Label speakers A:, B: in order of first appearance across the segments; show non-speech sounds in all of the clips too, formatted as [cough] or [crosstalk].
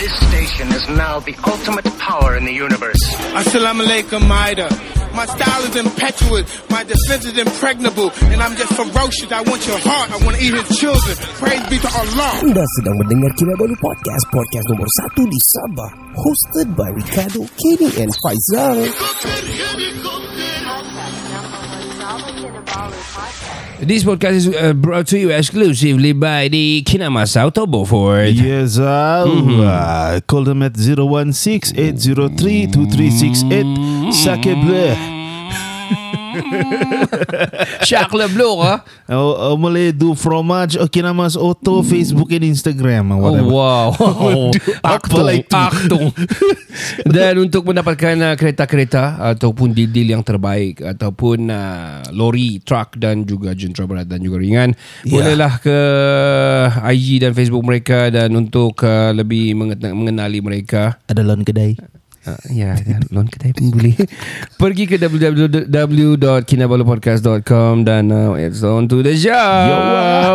A: This station is now the ultimate power in the universe.
B: Assalamu alaikum, Maida. My style is impetuous, my defense is impregnable, and I'm just ferocious. I want your heart, I want to eat his children. Praise be to Allah.
C: Anda sedang mendengar Kira Baru Podcast, podcast nombor 1 di Sabah. Hosted by Ricardo, Kenny and Faizal.
D: This podcast is uh, brought to you exclusively by the Kinamas Auto Beaufort.
E: Yes, uh,
D: Mm-hmm.
E: uh, call them at 016-803-2368. Sake bleu.
D: [laughs] Chocolate blue, huh?
E: Uh, uh, Malay do fromage, Okinawa's Auto, Facebook and Instagram. uh,
D: Oh,
E: Whatever. [laughs]
D: wow.
E: Apa
D: Aktung,
E: lah itu?
D: aktung. Dan untuk mendapatkan uh, kereta-kereta ataupun deal-deal yang terbaik ataupun uh, lori, truck dan juga jentera berat dan juga ringan, yeah.
E: Ya.
D: bolehlah ke IG dan Facebook mereka dan untuk uh, lebih mengena- mengenali mereka,
E: Ada lawan kedai.
D: Uh, ya, ya, loan kedai pun
E: [laughs]
D: boleh. Pergi ke www.kinabalupodcast.com dan now it's on to the show.
E: wah.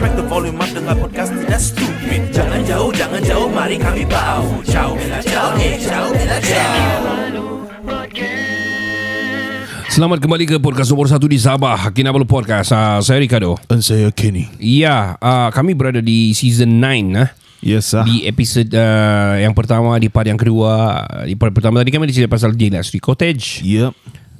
F: Crack the volume up, dengar podcast tidak stupid Jangan jauh, jangan jauh, mari kami bau Ciao, bella, ciao, eh, ciao, bella, ciao
D: Selamat kembali ke podcast nombor satu di Sabah, Kinabalu Podcast. Uh, saya Ricardo.
E: Dan saya Kenny.
D: Ya, uh, kami berada di season 9 uh,
E: Yes, ah.
D: di episod uh, yang pertama, di part yang kedua. Uh, Di part pertama tadi kami cerita pasal Jailah Sri Cottage.
E: Yep.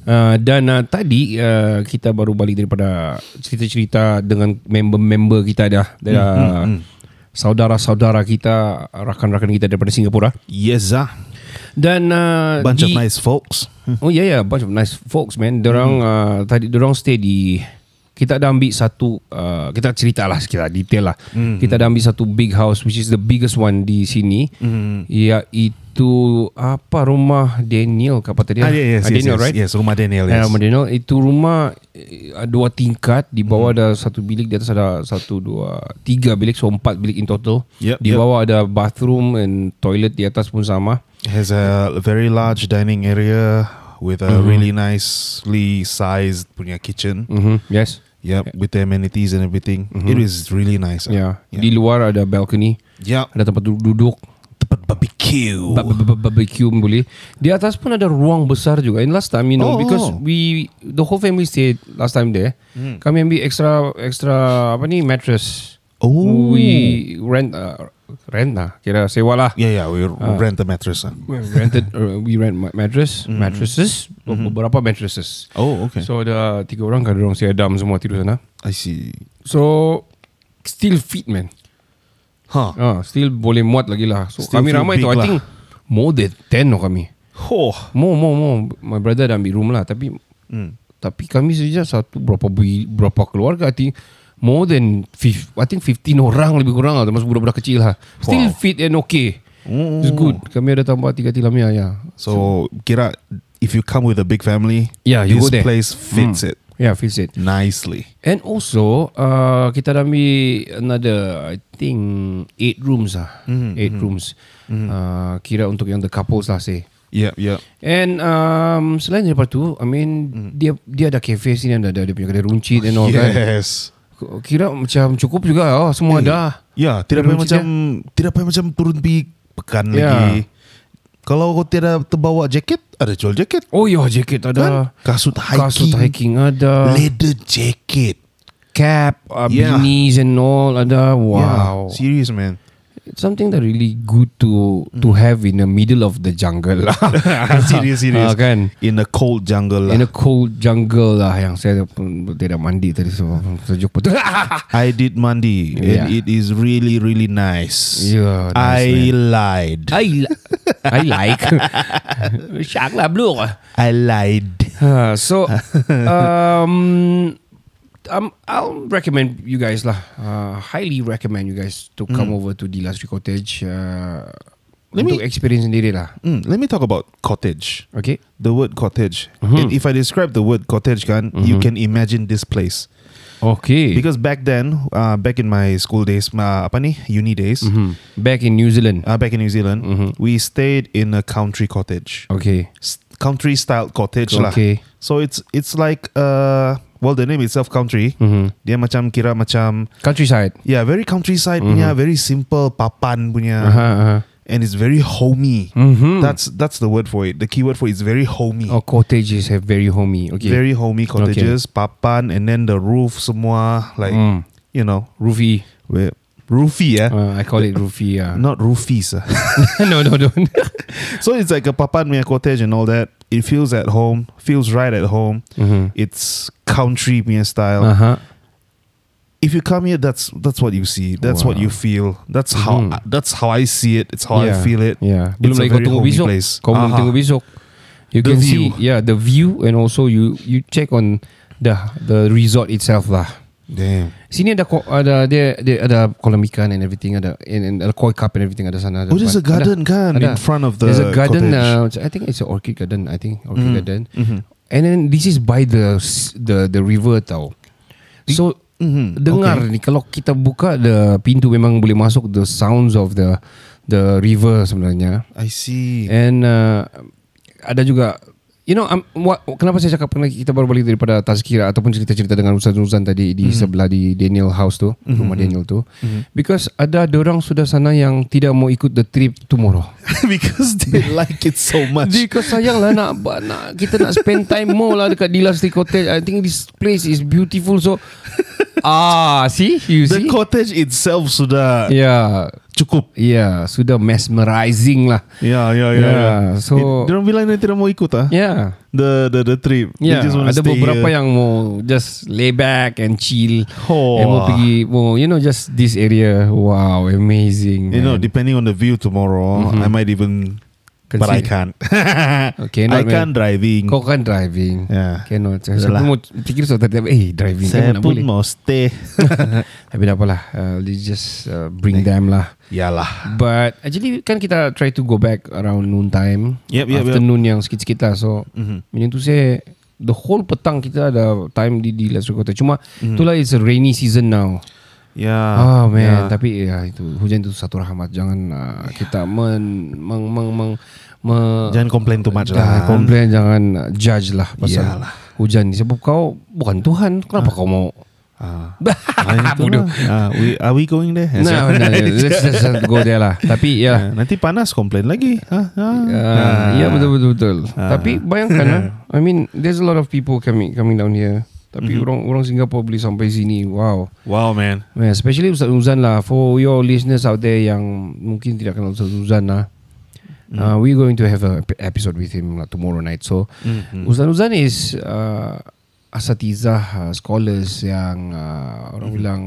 D: Uh, dan uh, tadi uh, kita baru balik daripada cerita-cerita dengan member-member kita dah,
E: Hmm,
D: dah saudara-saudara kita, rakan-rakan kita daripada Singapura.
E: Yes, ah.
D: Dan uh,
E: Bunch of
D: di-
E: nice folks.
D: Oh yeah yeah, bunch of nice folks man.
E: Hmm.
D: Dorang uh, tadi dorang stay di kita ada ambil satu uh, kita cerita lah kita detail lah.
E: Hmm.
D: Mm. Kita ada ambil satu big house which is the biggest one di sini.
E: Hmm.
D: Mm. Iaitu apa rumah Daniel ke apa tadi?
E: Ah, yeah, yes,
D: Ah,
E: yes,
D: Daniel
E: yes,
D: right?
E: yes, rumah Daniel,
D: Ah,
E: yes.
D: rumah Daniel itu rumah eh, dua tingkat di bawah
E: Hmm.
D: ada satu bilik di atas ada satu dua tiga bilik so empat bilik in total.
E: Yep,
D: di
E: yep.
D: bawah ada bathroom and toilet di atas pun sama.
E: Has a very large dining area with a really nicely sized punya kitchen.
D: Mm-hmm. Yes.
E: Yep, with the amenities and everything. It is really nice. ah.
D: Ya, Mm-hmm. yeah.
E: Yeah.
D: di luar ada balcony.
E: Ya.
D: Ada tempat du- duduk,
E: Tempat barbecue.
D: ba- ba- ba- barbecue boleh. Di atas pun ada ruang besar juga. And last time you know
E: Oh. Hmm.
D: because we the whole family stayed last time there. Kami ambil extra extra apa ni mattress.
E: Oh.
D: We rent uh, rent lah kira sewa lah.
E: Yeah, yeah, we rent the mattress. ah.
D: We rented uh, we rent ma- mattress, mattresses, beberapa mattresses.
E: Oh, Hmm. okay.
D: So ada tiga orang kan, orang si Adam semua tidur sana.
E: I see.
D: So still fit man.
E: Huh.
D: Ah, still boleh muat lagi lah. So,
E: Still
D: kami
E: feel
D: ramai
E: big
D: tu. I
E: lah.
D: think more than 10 no kami.
E: Oh.
D: More, more, more. My brother dah ambil room lah. Tapi hmm. tapi kami saja satu berapa bi- berapa keluarga. I think more than fif, I think 15 orang lebih kurang lah. Termasuk budak-budak kecil lah. Still
E: Wow. Hmm.
D: fit and okay. Mm. It's good. Kami ada tambah tiga tilamnya ya.
E: So, Kira, if you come with a big family,
D: Yeah, you
E: this
D: go there. Hmm.
E: place fits it
D: Yeah, fits it.
E: nicely.
D: And also uh, Kita dah ambil Another I think Eight rooms lah
E: Hmm,
D: mm-hmm. Eight rooms mm-hmm. uh, Kira untuk yang the couples lah say
E: Yep, yep.
D: And um, selain daripada tu, I mean
E: Hmm.
D: mm. dia dia ada cafe sini ada ada dia punya kedai runcit and all kan.
E: yes.
D: K- Kira macam cukup juga oh, semua ada.
E: Ya, tidak payah
D: Runcit
E: macam tidak payah macam turun pergi pekan
D: Ya.
E: lagi. Kalau kau tidak terbawa jaket, ada jual jaket.
D: Oh ya, jaket ada.
E: Kan? Kasut hiking.
D: Kasut hiking ada.
E: Leather jacket.
D: Cap, uh,
E: Yeah.
D: beanies and all ada. Wow.
E: Yeah, serious man.
D: It's something that really good to
E: Hmm.
D: to have in the middle of the jungle
E: [laughs]
D: lah.
E: serious,
D: Ah,
E: serious.
D: kan.
E: In a cold jungle lah.
D: In a cold jungle lah yang saya pun tidak mandi tadi sebab sejuk betul. [laughs]
E: I did mandi and
D: Yeah.
E: it is really really nice.
D: Yeah, Ya, nice,
E: I lied. I,
D: I, li- I
E: [laughs]
D: like. Syak lah blur.
E: lied.
D: Ha, so Uh, um, um, I'll recommend you guys lah. Uh, highly recommend you guys to come over to the Last Cottage. Uh,
E: Let
D: untuk
E: me-
D: experience sendiri lah.
E: Mm, let me talk about cottage.
D: Okay.
E: The word cottage.
D: Mm-hmm.
E: If- If I describe the word cottage, kan, you can imagine this place.
D: Okay.
E: Because back then, uh, back in my school days, uh, apa ni, uni days,
D: hmm. back in New Zealand.
E: uh, back in New Zealand,
D: Mm-hmm.
E: we stayed in a country cottage,
D: okay.
E: S- country style cottage
D: Okay.
E: lah. So it's it's like uh, well, the name itself, country.
D: Mm-hmm.
E: Dia macam kira macam
D: Countryside.
E: yeah, very countryside punya, very simple papan punya,
D: Mm-hmm. Uh-huh, Mm-hmm. uh-huh.
E: and it's very homey. That's that's the word for it. The keyword for it is very homey.
D: Oh, cottages have very homey. Okay.
E: Very homey cottages, papan, and then the roof semua like
D: Mm.
E: you know,
D: roofy.
E: where- roofy yeah,
D: Uh, I call it roofy. Uh.
E: not roofies. ah.
D: [laughs] no, no, don't.
E: [laughs] So it's like a papan punya cottage and all that. It feels at home, feels right at home.
D: Mm. Mm-hmm.
E: It's country punya style.
D: uh huh.
E: If you come here, that's that's what you see. That's what
D: Wow. Mm-hmm.
E: you feel. That's how that's how I see it. It's how I
D: yeah.
E: feel it.
D: Yeah.
E: It's
D: Belum
E: a
D: lagi kau
E: very
D: tengok
E: homey
D: besok.
E: place.
D: Kau belum
E: Aha.
D: tengok besok. You
E: The
D: can
E: view.
D: see yeah the view and also you you check on the the resort itself lah.
E: Damn.
D: Sini ada ko- ada dia, dia ada kolam ikan and everything ada and, and ada koi cup and everything ada sana. Ada
E: Oh, there's a
D: depan.
E: garden kan in front of the
D: There's a garden.
E: cottage. Mm. Mm-hmm.
D: Uh, I think it's an orchid garden. I think orchid garden. And then this is by the s- the the river tau. So
E: mm-hmm.
D: dengar ni kalau kita buka the pintu memang boleh masuk the sounds of the the river sebenarnya.
E: I see.
D: And uh, ada juga You know um, what, Kenapa saya cakap kena Kita baru balik daripada Tazkira Ataupun cerita-cerita dengan Ustaz-Ustaz tadi Di mm-hmm. sebelah di Daniel House tu mm-hmm. Rumah Daniel tu mm-hmm. Because ada orang sudah sana Yang tidak mau ikut the trip tomorrow
E: [laughs]
D: [laughs]
E: because they like it so much.
D: Jika sayang lah nak, nak Kita nak spend time more lah Dekat Dilasti Cottage I think this place is beautiful [laughs] So Ah See You
E: the
D: see
E: cottage itself sudah
D: Yeah
E: cukup.
D: Yeah Sudah mesmerizing lah
E: Yeah, yeah, yeah.
D: Yeah,
E: yeah.
D: so-
E: It- Diorang bilang dia tidak mau ikut ah.
D: Yeah
E: The the the trip. They
D: Ya,
E: just wanna
D: ada
E: stay
D: beberapa
E: here.
D: yang mau just lay back and chill.
E: Oh.
D: And mau pergi, mau you know just this area. Wow, amazing.
E: You know,
D: man.
E: depending on the view tomorrow,
D: Mm-hmm.
E: I might even. But I
D: Consider-
E: can't. [laughs]
D: Okay,
E: I
D: not
E: can't driving.
D: Kau kan driving.
E: Yeah.
D: Cannot. Saya
E: Adalah.
D: pun mau fikir soal tadi, eh driving
E: Saya
D: kan mana
E: pun
D: boleh.
E: mau stay.
D: [laughs] Tapi tak apalah, uh, let's just uh, bring them lah.
E: [laughs] Yalah.
D: But actually kan kita try to go back around noon time.
E: Yep, yep,
D: Afternoon yang sikit-sikit lah. So, mm-hmm. meaning to say, the whole petang kita ada time di, di Lestri Kota. Cuma,
E: Mm-hmm.
D: itulah it's a rainy season now.
E: Yeah.
D: Oh man,
E: yeah.
D: tapi ya itu hujan itu satu rahmat. Jangan uh, kita men meng meng meng me-
E: Jangan complain too much
D: jangan
E: lah.
D: complain, jangan uh, judge lah pasal
E: Iyalah.
D: hujan ni. Sebab kau bukan Tuhan. Kenapa kau mau? [laughs]
E: Ah. Ah, itu
D: Bodoh. ya.
E: lah. Ah, we, are we going there?
D: No, no,
E: [laughs]
D: no, let's just go there lah. Tapi ya,
E: Ah, Nanti panas complain lagi. Ah, ah.
D: uh, ya betul betul betul. Tapi bayangkan
E: [laughs]
D: lah, I mean there's a lot of people coming coming down here. Tapi
E: Mhm.
D: orang orang Singapura boleh sampai sini. Wow.
E: Wow man.
D: Yeah, especially Ustaz Uzan lah For your listeners out there Yang mungkin tidak kenal Ustaz Uzan lah uh, We're going to have a ep- episode with him lah, Tomorrow night So Ustaz Uzan is uh, Asatizah uh, Scholars Yang uh, Orang bilang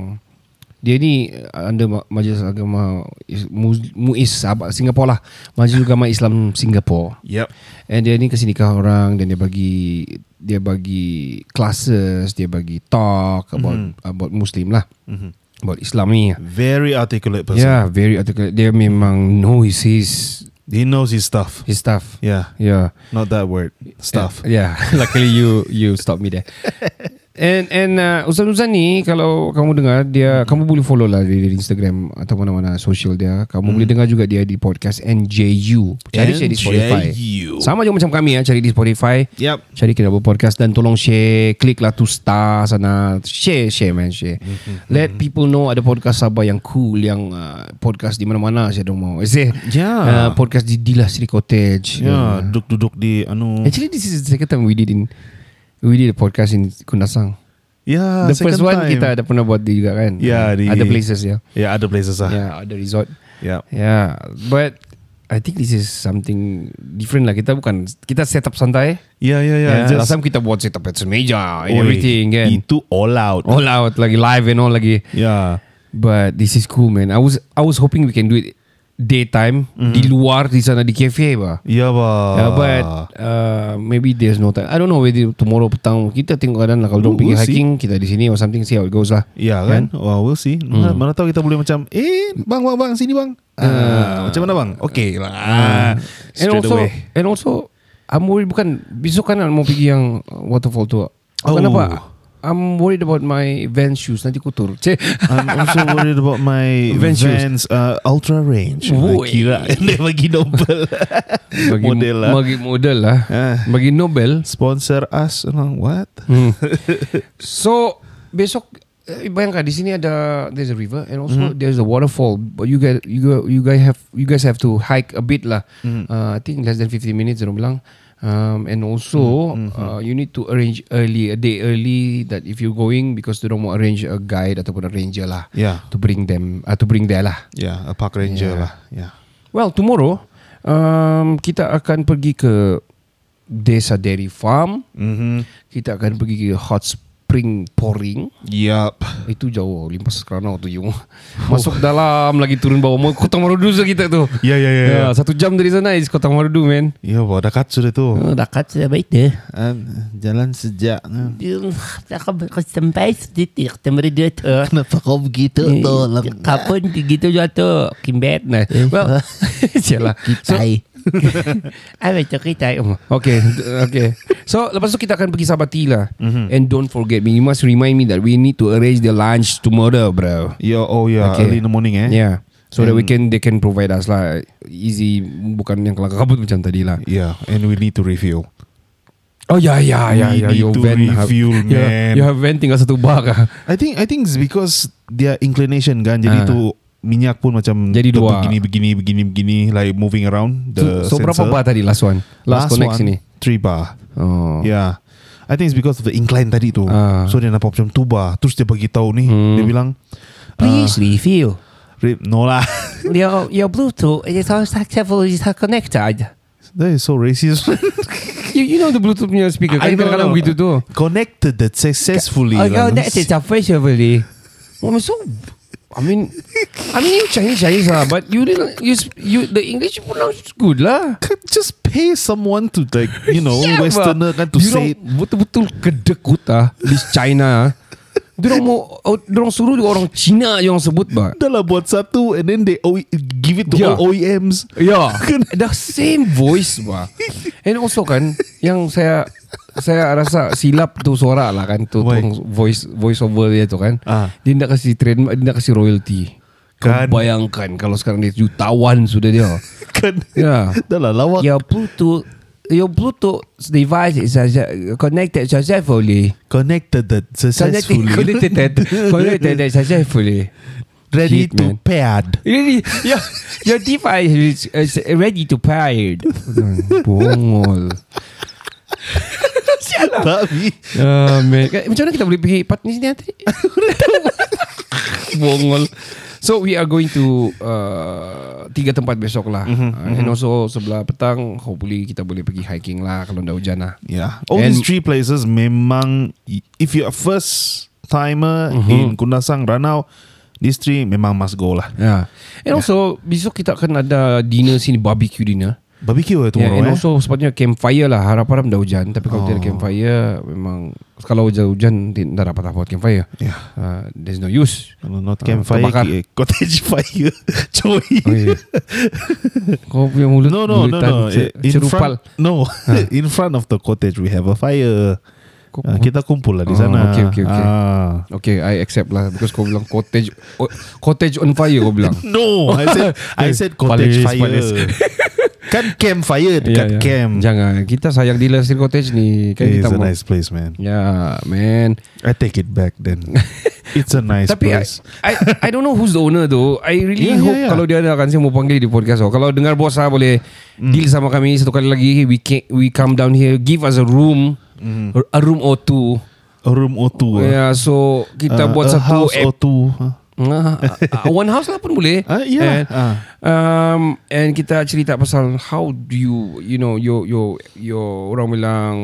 D: Dia ni uh, Under Ma- Majlis Agama Is- Mu- Muis Sabah- Singapura lah Majlis Agama Islam Singapura
E: Yep.
D: And dia ni kasi nikah orang dan dia bagi dia bagi classes, dia bagi talk about mm-hmm. about Muslim lah. Mm-hmm. About Islam ni.
E: Very articulate person.
D: Yeah, very articulate. Dia memang know his his,
E: He knows his stuff.
D: his stuff.
E: Yeah.
D: Yeah.
E: Not that word. Stuff.
D: Uh, yeah, [laughs] luckily you you stop me there. [laughs] And and uh, Ustaz Nuzan ni kalau kamu dengar dia kamu boleh follow lah di, di Instagram atau mana-mana social dia. Kamu boleh dengar juga dia di podcast NJU. Cari saya di Spotify.
E: NJU.
D: Sama je macam kami ya, cari di Spotify.
E: Yep.
D: Cari Kinabalu Podcast dan tolong share, klik lah tu star sana. Share, share man, share.
E: Mm-hmm.
D: Let people know ada podcast Sabah yang cool, yang uh, podcast di mana-mana saya dong mau. Saya
E: Yeah.
D: uh, podcast di Dila Sri Cottage. Uh.
E: Yeah. Duduk-duduk di anu.
D: Actually, this is the second time we did in we did a podcast in Kundasang.
E: Yeah.
D: the
E: Ah, second
D: first one
E: time.
D: kita ada pernah buat di juga kan.
E: Yeah, di-
D: Other places ya.
E: Yeah, other places
D: Yeah.
E: ah.
D: yeah, other resort.
E: Yeah.
D: Yeah, but I think this is something different lah. Kita bukan kita set up santai.
E: Yeah, yeah, yeah.
D: Yeah,
E: Ya, Just-
D: last time kita buat set up atas meja and
E: Oi,
D: everything kan.
E: Itu all out. Ya,
D: All out lagi live and all lagi.
E: Yeah.
D: But this is cool man. I was I was hoping we can do it daytime mm-hmm.
E: Mhm.
D: di luar di sana di kafe bah.
E: Ya bah.
D: Uh, but uh, maybe there's no time. I don't know whether tomorrow petang kita tengok keadaan lah kalau
E: We'll-
D: dong pergi
E: we'll see.
D: hiking kita di sini or something see how it goes lah.
E: Ya kan? Hmm. Well, we'll see. Mana, mana tahu kita boleh macam, eh, bang, bang, bang, sini bang. Ah, macam mana bang? Okay lah. Ah,
D: And
E: straight
D: also
E: away.
D: and also I'm worried bukan besok kan mau pergi yang waterfall tu. ah.
E: Oh.
D: Kenapa? I'm worried about my van shoes nanti kotor. Cik.
E: I'm also worried about my
D: Vans shoes.
E: Vans, uh, Ultra Range.
D: Oi.
E: Kira [laughs] dia bagi Nobel.
D: bagi
E: [laughs] model lah.
D: Bagi model lah.
E: [laughs] Ah.
D: Bagi Nobel.
E: Sponsor us. Along what?
D: So besok eh, bayangkan di sini ada there's a river and also there's a waterfall but you guys you go- you guys have you guys have to hike a bit lah uh, I think less than 15 minutes orang bilang um, and also uh, you need to arrange early a day early that if you're going because they don't want arrange a guide ataupun a ranger lah
E: Yeah.
D: to bring them uh, to bring there lah
E: Yeah, Ya. a park ranger
D: Yeah.
E: lah. Yeah.
D: Well, tomorrow um, kita akan pergi ke Desa Dairy Farm.
E: Mhm.
D: Mm-hmm. Kita akan pergi ke Hot Spring Pouring.
E: Yup.
D: Itu jauh Limpas kerana tu
E: Oh.
D: you Masuk dalam Lagi turun bawah Mau Kotang Marudu saja kita tu
E: Ya, ya, ya, ya.
D: Satu jam dari sana Is Kotang Marudu man
E: Ya, bah, dekat sudah tu.
D: oh, Dekat sudah baik deh
E: Ah, jalan sejak. ah.
G: Kau sampai setitik Temeri dia tu Eh,
E: Kenapa kau begitu tu?
G: Kapun gitu juga tu Kimbet
D: Nah,
G: [laughs]
D: well, sialah. So,
G: Kitai [laughs] Apa itu kitai oh,
D: okay, okay. So lepas tu kita akan pergi Sabati lah.
E: Mhm.
D: Mm-hmm. And don't forget me. You must remind me that we need to arrange the lunch tomorrow, bro.
E: Yeah, oh yeah,
D: Okay.
E: early in the morning eh.
D: Yeah. So that we can
E: And-
D: they can provide us lah easy bukan yang kelakar kabut macam tadi lah.
E: Yeah, Ya, and we need to review.
D: Oh ya ya ya
E: We
D: ya
E: need
D: your
E: to
D: van
E: refuel,
D: have, [laughs] yeah,
E: man.
D: You have van tinggal satu bar lah. [laughs] kah?
E: I think I think it's because their inclination kan
D: Ah.
E: jadi tu minyak pun macam
D: Jadi
E: tu
D: dua.
E: begini begini begini begini like moving around the
D: So, so berapa
E: sensor.
D: bar tadi last one? Last, connect
E: one,
D: sini.
E: Three bar.
D: Oh.
E: Yeah. I think it's because of the incline tadi tu.
D: Ah. Hmm.
E: So dia nampak macam tu bar. Terus dia bagi tahu ni dia bilang
G: Please review
E: Rip, no lah. [laughs]
G: Your, your Bluetooth is all successful is all connected
E: that is so racist.
D: You, you know the Bluetooth punya speaker
E: [laughs]
D: kan? Kadang-kadang begitu tu.
E: Connected that successfully.
G: Oh
E: lah.
G: no that is officially
D: Well, Oh, so I mean, I mean you Chinese Chinese lah, but you didn't you sp- you the English you pronounce good lah.
E: Could just pay someone to like you know Westerner kan to
D: you
E: say it.
D: betul-betul kedekut ah di China. Diorang mau, oh, diorang suruh orang Cina yang sebut bah.
E: Dah lah buat satu and then they o- E, give it to E
D: Yeah.
E: all OEMs. [laughs]
D: Ya The same voice bah. And also kan Yang saya Saya rasa silap tu suara lah kan Tu, tu
E: Why?
D: voice voice over dia tu kan
E: Ah.
D: Dia nak kasih trademark Dia nak kasih royalty Kau
E: Kan.
D: bayangkan Kalau sekarang dia jutawan sudah dia
E: kan
D: Ya.
E: dah lah lawak
G: Your Bluetooth Your Bluetooth device is success- connected successfully
E: connected that successfully
D: Connected
E: [laughs]
D: Connected Connected Successfully
E: ready
D: Shit,
E: to
D: man.
E: paired
D: Really yeah, ya, Your device is, is ready to pair Bongol
E: tapi
D: Ah, man. Kan, Macam mana kita boleh pergi part ni sini [laughs] nanti? Bongol. So we are going to uh, tiga tempat besok lah. Mm-hmm, And also sebelah petang hopefully kita boleh pergi hiking lah kalau dah hujan lah.
E: yeah all
D: And-
E: these three places memang if you are first timer
D: Mhm.
E: in Kundasang Ranau these three memang must go lah
D: Yeah. And also besok kita akan ada dinner sini barbecue dinner.
E: barbecue eh,
D: Yeah,
E: tomorrow
D: and
E: eh Ah.
D: also sepatutnya campfire lah Harap-harap dah hujan Tapi kalau tidak campfire Memang Kalau hujan hujan ti- Tak dapat apa campfire
E: Yeah.
D: uh, There's no use
E: Kalau not
D: Ah,
E: campfire
D: terbakar.
E: uh, Cottage [laughs] fire Joey
D: Oh,
E: [laughs]
D: iya. Kau punya mulut
E: No no no
D: mulutan
E: no
D: cer-
E: In
D: cerupal.
E: front
D: [laughs]
E: No
D: Ha.
E: [laughs] In front of the cottage We have a fire
D: Kau-
E: Ah, Kita kumpul lah
D: Oh,
E: di sana
D: okay, okay, okay.
E: Ah.
D: Okay, I accept lah because kau bilang cottage o- cottage on fire kau bilang.
E: No, I
D: [laughs]
E: said I said cottage
D: Palis,
E: fire.
D: palis.
E: [laughs] kan campfire [laughs] dekat
D: Ya, ya.
E: camp.
D: Jangan, kita sayang dealer Steel Cottage ni. Kan
E: It's
D: kita
E: a
D: mau. Ya.
E: nice place, man.
D: Yeah, man.
E: I take it back
D: [laughs]
E: then. It's a nice
D: Tapi I,
E: place.
D: I, I don't know who's the owner though. I really
E: Yeah, yeah,
D: hope
E: yeah.
D: kalau dia ada kan saya mau panggil di podcast. Oh. Kalau dengar bos saya boleh
E: Hmm.
D: deal sama kami satu kali lagi we can, we come down here give us a room
E: Mm-hmm.
D: a room or two.
E: A room or two. ah.
D: Yeah, so Ya, kita
E: Ah,
D: buat
E: a
D: satu
E: house or two.
D: [laughs]
E: ah.
D: Ah, ah, one house lah pun boleh.
E: Ah,
D: And,
E: yeah. Ah.
D: um, and kita cerita pasal how do you, you know, your your your orang bilang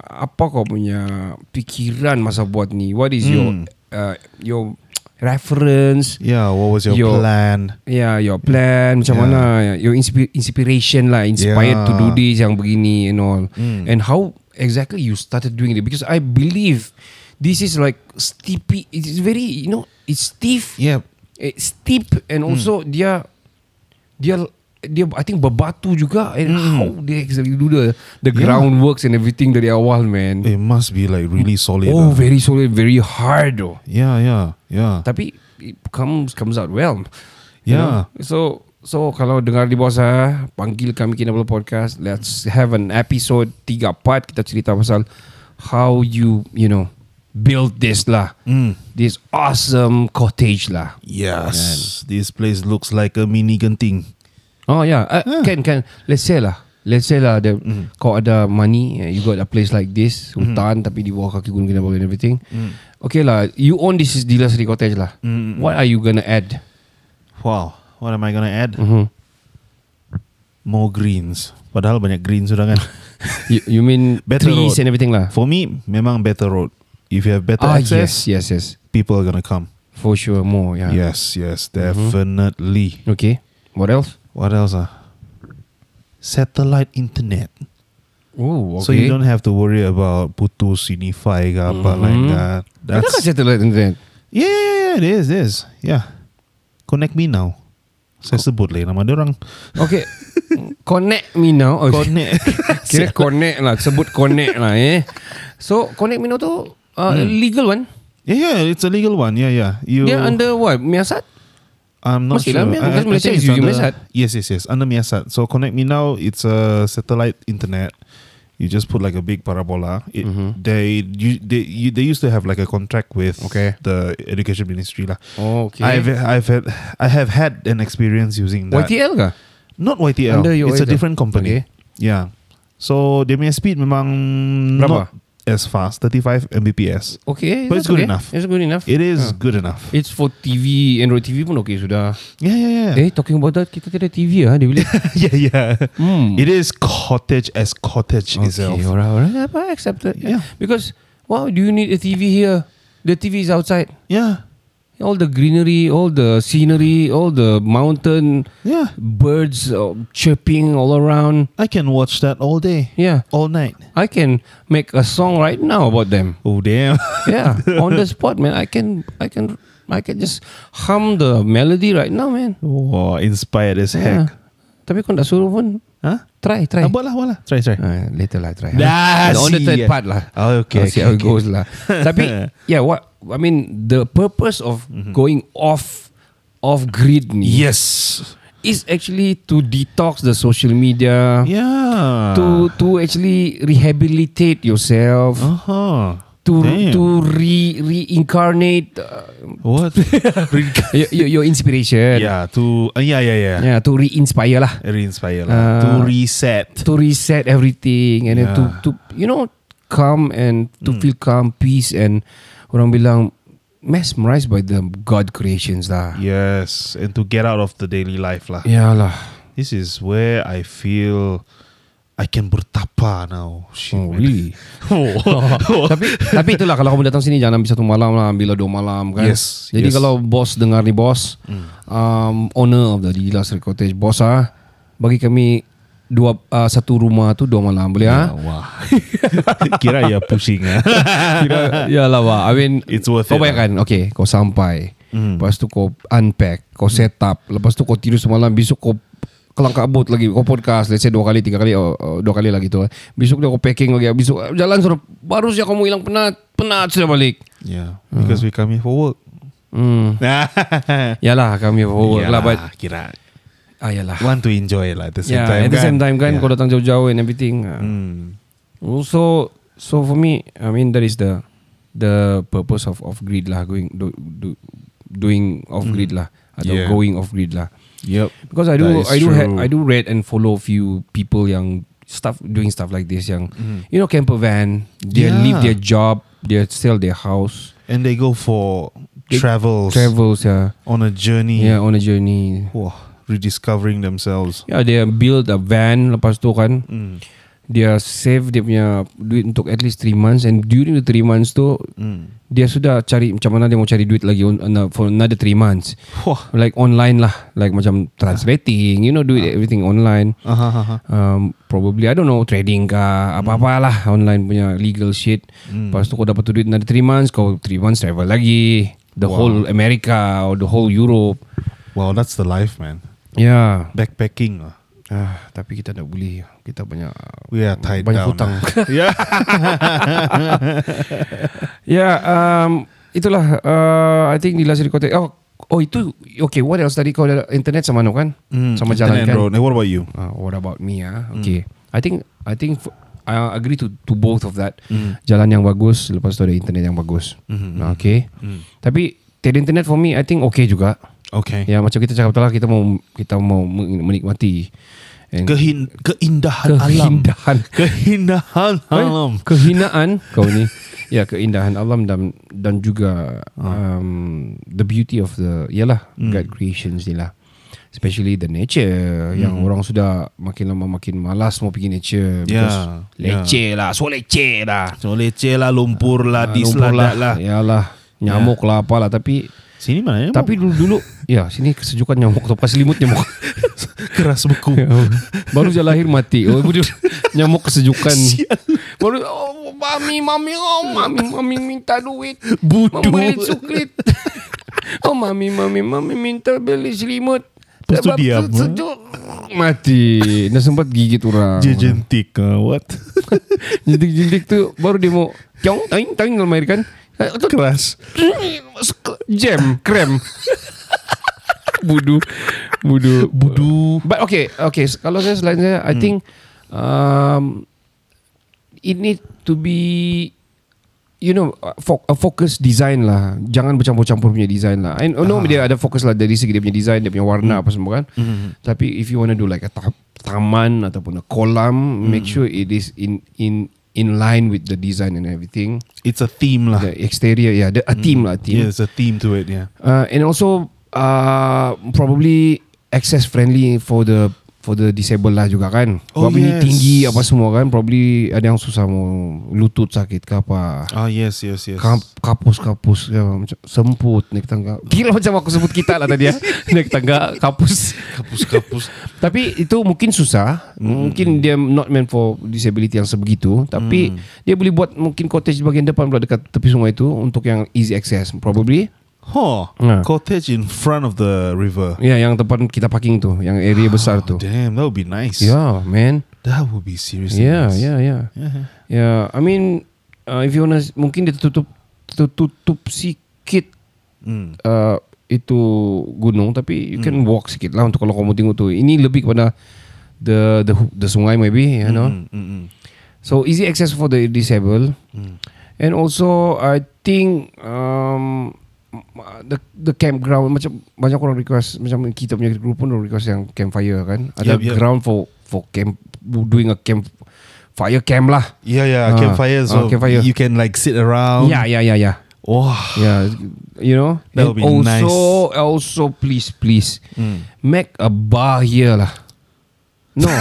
E: Hmm.
D: apa kau punya pikiran masa buat ni? What is your uh, your reference
E: Yeah, what was your
D: Your-
E: plan?
D: Yeah, Ya, your plan macam
E: Yeah.
D: mana your inspi- inspiration lah, inspired
E: Yeah.
D: to do this yang begini and all.
E: Mm.
D: And how exactly you started doing it because I believe this is like steep it's very you know it's stiff
E: Yeah, Hmm.
D: eh, steep and also dia dia dia I think berbatu juga and how they exactly do the the
E: Hmm. Yeah.
D: groundworks and everything dari awal man.
E: it must be like really solid.
D: oh,
E: lah.
D: very solid, very hard though.
E: yeah, yeah, yeah.
D: Tapi it comes comes out well. You
E: Yeah.
D: know? So so kalau dengar di bawah saya, panggil kami Kinabalu Podcast. Let's have an episode tiga part kita cerita pasal how you you know build this lah.
E: Hmm.
D: This awesome cottage lah.
E: Yes, this place looks like a mini genting.
D: Oh yeah, uh,
E: Ah.
D: can can let's say lah. Let's say lah the,
E: Hmm.
D: Kau ada money eh, You got a place like this Hutan Tapi di bawah kaki gunung Kinabalu and everything
E: Hmm.
D: Okay lah You own this is Dila Seri Cottage lah What are you gonna add? Mm-hmm.
E: Wow, what am I gonna add?
D: Mm.
E: More greens. Padahal banyak greens sudah
D: [laughs]
E: kan.
D: You, you mean
E: Better
D: trees
E: road.
D: and everything lah.
E: For me, memang better road. If you have better
D: ah
E: access,
D: yes, yes, yes.
E: people are gonna come.
D: For sure more. Yeah. Mm-hmm.
E: Yes, yes, definitely.
D: Okay. What else?
E: What else? Ah? Satellite internet.
D: Oh, okay. Mm-hmm.
E: So you don't have to worry about putus sinify ke apa like that.
D: That's
E: That's
D: satellite internet.
E: yeah, yeah, yeah, it is, it is. Yeah. Connect me
D: Oh.
E: now. Saya sebut lah nama dia orang.
D: Okay. [laughs] connect me now. Oh, [laughs]
E: Connect. [laughs]
D: Kira connect lah. Sebut connect lah eh. So connect me now tu uh, legal one.
E: yeah, yeah, it's a legal one. Yeah, yeah. Hmm. You
D: Dia under what? Miasat?
E: I'm not
D: Mesti
E: sure.
D: lah, Mia- because Malaysia
E: think
D: is
E: it's
D: using
E: under-
D: Miasat.
E: Yes, yes, yes. Under Miasat. So connect me now. It's a satellite internet. You just put like a big parabola. It,
D: Mm-hmm.
E: They you, they you, they used to have like a contract with
D: Okay.
E: the education ministry lah.
D: Oh, okay.
E: I've I've had I have had an experience using that.
D: YTL ke?
E: Not YTL.
D: Under your
E: it's a
D: YTL.
E: different company.
D: Okay.
E: Yeah. So dia punya speed memang
D: Berapa?
E: not as fast, 35 Mbps.
D: Okay.
E: But
D: that's
E: it's
D: okay.
E: good enough.
D: It's good enough.
E: It
D: Ah.
E: is good enough.
D: It's for TV, Android TV pun okay sudah.
E: Yeah, yeah,
D: Eh,
E: yeah.
D: talking about that, kita tiada TV lah di bilik.
E: [laughs] yeah, yeah.
D: Hmm.
E: It is cottage as cottage itself.
D: Okay, alright, alright. Apa accepted?
E: Yeah.
D: Because why do you need a TV here? The TV is outside.
E: Yeah,
D: All the greenery, all the scenery, all the mountain,
E: yeah.
D: birds uh, chirping all around.
E: I can watch that all day,
D: Yeah,
E: all night.
D: I can make a song right now about them.
E: Oh damn! [laughs]
D: Yeah, on the spot, man. I can, I can, I can just hum the melody right now, man.
E: wow, inspired as
D: Yeah.
E: heck.
D: Tapi kau nak suruh pun
E: Huh?
D: try,
E: Ah,
D: try.
E: buat lah, buat lah. Try, try.
D: Uh, later lah try. Ah,
E: Dah,
D: on the
E: see
D: third
E: ya.
D: part lah.
E: Oh, okay,
D: I'll see
E: okay,
D: how it
E: okay.
D: goes lah.
E: [laughs]
D: Tapi yeah, what I mean the purpose of going off off grid ni
E: Mm-hmm. Yes.
D: is actually to detox the social media.
E: Yeah.
D: To to actually rehabilitate yourself,
E: Uh huh.
D: to
E: damn.
D: to re reincarnate uh,
E: [laughs] What?
D: your, your, your inspiration.
E: yeah. To uh, yeah, yeah, yeah.
D: yeah, to re-inspire lah.
E: Re-inspire lah. to
D: Ah.
E: reset.
D: to reset everything and then to
E: Yeah. Hmm.
D: to you know calm and to feel calm peace and orang bilang mesmerized by the god creations lah
E: Yes, and to get out of the daily life lah.
D: yeah lah
E: This is where I feel I can bertapa now. Shit,
D: oh
E: man. [laughs]
D: really [laughs] tapi tapi itulah kalau kamu datang sini jangan ambil satu malam lah ambil dua malam kan
E: Yes,
D: jadi
E: yes. Hmm.
D: kalau bos dengar ni bos um, owner of the Dila Sri Cottage bos ah bagi kami dua ah, satu rumah tu dua malam boleh ah
E: Wah. Kira ya pusing
D: eh.
E: [laughs] ah.
D: [laughs] Kira Ya lah Wak I mean
E: It's worth
D: Kau
E: it lah. Hmm.
D: bayangkan Okay kau sampai Lepas tu kau unpack Kau set up Lepas tu kau tidur semalam Besok kau Kelang kabut lagi Kau podcast Let's say dua kali Tiga kali oh, oh, Dua kali lagi tu eh. Besok dia kau packing lagi Besok eh, jalan sudah Baru saja kamu hilang penat Penat sudah balik
E: Yeah, because we come here for
D: [laughs]
E: work.
D: hmm. Yalah kami forward
E: Yeah
D: lah But
E: kira
D: ah, Yalah
E: want to enjoy lah at the same
D: yeah,
E: time.
D: At the
E: kan?
D: same time kan
E: Yeah.
D: Kau datang jauh-jauh And everything ah.
E: Hmm.
D: Also, so for me, I mean that is the the purpose of off grid lah, going do, do, doing off grid lah, atau
E: Hmm. Yeah.
D: going off grid lah.
E: Yep.
D: Because I
E: That
D: do
E: is
D: I do ha-
E: true.
D: I do read and follow few people yang stuff doing stuff like this yang you know camper van they
E: Hmm. Yeah.
D: leave their job they sell their house
E: And they go for
D: They-
E: travels
D: travels yeah
E: on a journey.
D: yeah on a journey [laughs] Ya,
E: Wah, rediscovering themselves.
D: yeah they build a van lepas tu kan dia save dia punya duit untuk at least 3 months and during the 3 months tu mm. dia sudah cari macam mana dia mau cari duit lagi on, on, for another 3 months
E: Wah.
D: like online lah like macam translating you know do it everything online
E: Aha, aha.
D: um, probably I don't know trading ke apa-apalah online punya legal shit lepas tu kau dapat tu duit another 3 months kau 3 months travel lagi the wow. whole America or the whole Europe
E: Wow, that's the life, man.
D: yeah
E: Backpacking. lah.
D: ah, tapi kita tak boleh kita banyak
E: We are tied
D: Banyak
E: down.
D: hutang. [laughs]
E: ah. yeah.
D: Ya, yeah, um, itulah uh, I think di last recorded. Oh, oh itu okay. What else tadi kau ada internet sama no kan?
E: Mm,
D: sama jalan
E: internet,
D: kan?
E: bro. Hmm. Now, what about you?
D: Uh, what about me ah? Okay. I think I think f- I agree to to both of that.
E: Hmm.
D: Jalan yang bagus, lepas tu ada internet yang bagus. Nah, okay.
E: Hmm.
D: Tapi tiada internet for me I think okay juga.
E: Okay.
D: Ya macam kita cakap tadi kita mau kita mau men- menikmati And
E: Kehin, keindahan,
D: Keindahan.
E: alam. Keindahan alam.
D: Eh, Kehinaan [laughs] kau ni. Ya keindahan alam dan dan juga um, the beauty of the yalah God creations ni lah. Especially the nature yang orang sudah makin lama makin malas mau pergi nature
E: Yeah,
D: because leceh lah, so leceh lah.
E: So leceh lah, lumpur lah, dis
D: Ah,
E: lah,
D: Lumpur
E: dat lah.
D: Yalah, nyamuk lah apa lah tapi
E: Sini mana ya?
D: tapi dulu dulu ya sini kesejukan nyamuk tu pas selimut nyamuk.
E: keras
D: [laughs]
E: beku.
D: Oh. Baru je lahir mati. Oh, dia
E: [laughs]
D: nyamuk kesejukan. Baru oh, mami mami oh mami mami minta duit. Mami
E: Bodoh.
D: beli
E: [laughs]
D: cukrit. Oh mami mami mami minta beli selimut.
E: Lepas tu
D: Sebab
E: diam.
D: Sejuk. Mati. Dah sempat gigit orang.
E: Jejentik. ah, what? [laughs]
D: Jentik-jentik tu baru dia mau kiong taing taing dalam air kan.
E: keras.
D: Jam, krem. Budu. Budu. Budu. But okay, okay. s- Kalau saya selain saya, I think um, it need to be you know a fo- a focus design lah. Jangan bercampur-campur punya design lah. I know dia ada fokus lah dari segi dia punya design, dia punya
E: Hmm.
D: warna apa semua kan. Tapi if you want to do like a ta- taman ataupun a kolam, make
E: Hmm.
D: sure it is in in in line with the design and everything.
E: It's a theme lah.
D: The exterior, yeah, the, a
E: Hmm.
D: team lah, team.
E: Yeah, there's a theme to it. Yeah.
D: Uh, and also uh, probably access friendly for the for the disabled lah juga kan.
E: Oh,
D: probably
E: yes.
D: tinggi apa semua kan. Probably ada yang susah mau lutut sakit ke apa.
E: Ah yes, yes, yes.
D: Kap, kapus-kapus ya, macam semput naik [laughs] tangga. Kira macam aku sebut kita lah tadi ya. [laughs] naik tangga kapus.
E: kapus kapus.
D: Tapi itu mungkin susah. Mungkin dia not meant for disability yang sebegitu, tapi dia boleh buat mungkin cottage di bahagian depan pula dekat tepi sungai itu untuk yang easy access probably.
E: Huh.
D: Yeah.
E: Cottage in front of the river.
D: Ya,
E: Ah,
D: yang tempat kita parking tu, yang area besar tu.
E: Damn, that would be nice.
D: Yeah, man.
E: That would be seriously
D: Yeah,
E: nice.
D: yeah, yeah.
E: Yeah.
D: Yeah, I mean, uh, if you wanna, mungkin dia tutup, tutup sikit
E: Mm.
D: uh, itu gunung, tapi you can walk sikit lah untuk kalau kamu tengok tu. Ini lebih kepada the the hu- the sungai maybe, you know.
E: Mm, mm, mm.
D: So easy access for the disabled,
E: Hmm.
D: and also I think um, the the campground macam banyak orang request macam kita punya group pun request yang campfire kan ada
E: Yup, yup.
D: ground for for camp doing a camp fire camp lah.
E: Yeah, yeah.
D: Ah,
E: campfire.
D: ah,
E: So
D: campfire.
E: you can like sit around.
D: yeah, yeah, yeah, yeah.
E: Wow.
D: Yeah, you know. And
E: That would be
D: also,
E: nice.
D: also please, please
E: Mm.
D: make a bar here lah.
E: [laughs]
D: No, [laughs]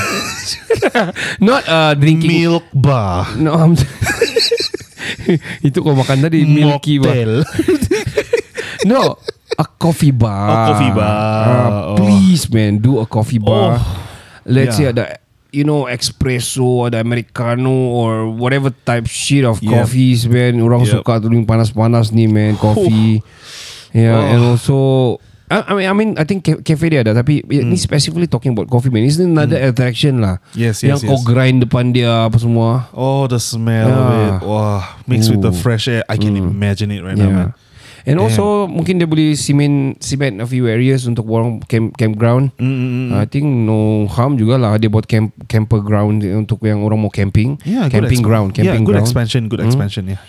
D: not uh, drinking
E: Milk bar.
D: No, I'm [laughs] Itu kau makan tadi Milky bar.
E: Mocktail.
D: No, a coffee bar.
E: Oh, coffee bar.
D: Ah,
E: Oh.
D: please man, do a coffee bar.
E: Oh.
D: Let's say
E: Yeah.
D: ada you know espresso ada americano or whatever type shit of
E: Yep.
D: coffees man. Orang
E: Yep.
D: suka tu yang panas-panas ni man,
E: Oh.
D: coffee. Yeah, and also I I mean, I mean, I think ca- cafe dia ada tapi ni
E: Hmm.
D: specifically talking about coffee man. It's another attraction lah.
E: Yes, yes,
D: Yang kau
E: yes.
D: grind depan dia apa semua.
E: [laughs] Oh, the smell
D: Yeah.
E: of it. Wow. Mixed with
D: Ooh.
E: the
D: Mm.
E: fresh air. I can imagine it right now, man.
D: And also mungkin dia boleh cement cement a few areas untuk orang camp campground.
E: Mm, mm, mm.
D: I think no harm juga lah dia buat camp camper ground untuk yang orang mau camping.
E: Yeah, good
D: camping
E: exp-
D: ground,
E: yeah,
D: camping
E: good
D: ground. Hmm?
E: expansion, good expansion. Yeah,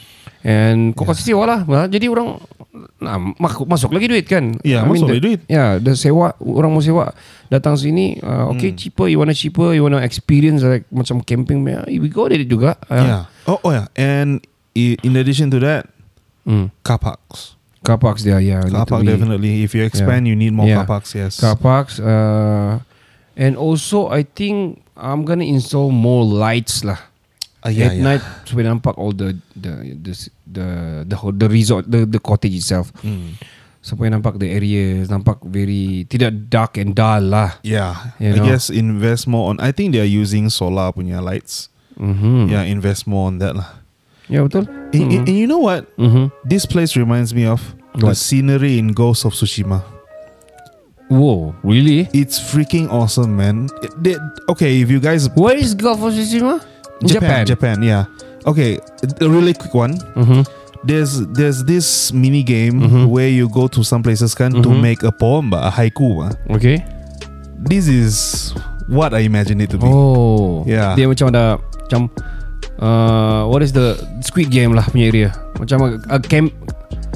D: And kau kasih sewa lah Nah, Jadi orang nah, mak- Masuk lagi duit kan
E: Ya, masuk
D: the-
E: lagi duit.
D: Ya yeah, sewa Orang mau sewa Datang sini uh, Okay
E: Mm.
D: cheaper You wanna cheaper You wanna experience like, Macam camping yeah, We go there juga
E: yeah. Oh, oh yeah. And i- in addition to that,
D: Mm.
E: car parks.
D: Car parks dia yeah,
E: Car
D: need to
E: park
D: be-
E: definitely. If you expand, you need more car parks. Yes.
D: Car parks uh, And also I think I'm gonna install more lights lah.
H: Ah, ya,
D: At
H: ya.
D: night supaya nampak all the the the the the, whole- the resort the the cottage itself. Mm.
E: Hmm.
D: Supaya nampak the area nampak very tidak dark and dull lah.
E: Yeah,
D: You
E: I
D: know.
E: guess invest more on. I think they are using solar punya lights.
D: Mm-hmm.
E: Yeah, invest more on that lah.
D: Ya betul.
E: And- And, and you know what?
D: Mhm.
E: This place reminds me of the
D: What?
E: scenery in Ghost of Tsushima.
D: Wow, really?
E: It's freaking awesome, man. It- they- okay, if you guys
D: Where is Gulf of Tsushima?
E: Japan, Japan, yeah. Okay, a really quick one.
D: Mhm.
E: There's there's this mini game
D: Mm-hmm.
E: where you go to some places can to make a poem, but a haiku. ah.
D: Okay.
E: This is what I imagine it to be.
D: Oh.
E: Yeah.
D: Dia macam ada macam uh, what is the Squid Game lah punya area. Macam a, a game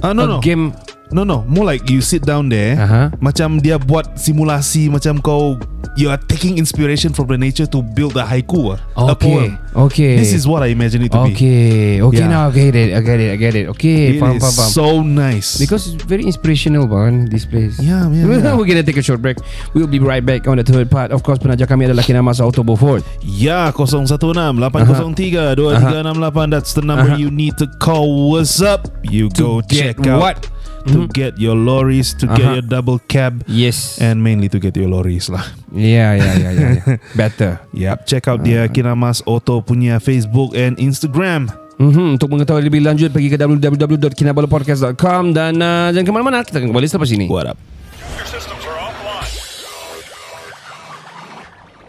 E: Ah,
D: a
E: no no
D: game Uh-huh.
E: no no. More like you sit down there.
D: Aha.
E: Macam dia buat simulasi macam kau you are taking inspiration from the nature to build a haiku. ah,
D: Okay.
E: A poem.
D: Okay.
E: This is what I imagine it to be.
D: Okay, okay
E: Yeah.
D: now I get it, I get it, I get it. Okay,
E: It
D: faham,
E: is
D: faham, faham.
E: so nice.
D: Because it's very inspirational kan this place. [laughs]
E: Yeah, yeah, yeah.
D: We're gonna take a short break. We'll be right back on the third part. Of course, penaja kami adalah Kinama Auto Beaufort.
E: Ya 016 803 2368 That's the number you need to call What's up? You go
D: get
E: check out
D: what? Hmm?
E: To get your lorries To get
D: Aha.
E: your double cab
D: Yes.
E: And mainly to get your lorries lah
D: yeah, yeah, yeah, yeah.
E: [laughs]
D: yeah. Better.
E: Yep Check out dia Kinamas Auto punya Facebook and Instagram
D: Mm-hmm. Untuk mengetahui lebih lanjut pergi ke www.kinabalopodcast.com dan uh, jangan ke mana-mana. Kita akan kembali selepas ini.
E: What up?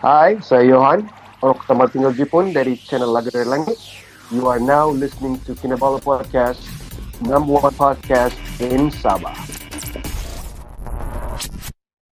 I: Hi, saya Johan, orang pertama tinggal Jepun dari channel Lagu dari Langit. You are now listening to Kinabalu Podcast, number one podcast in Sabah.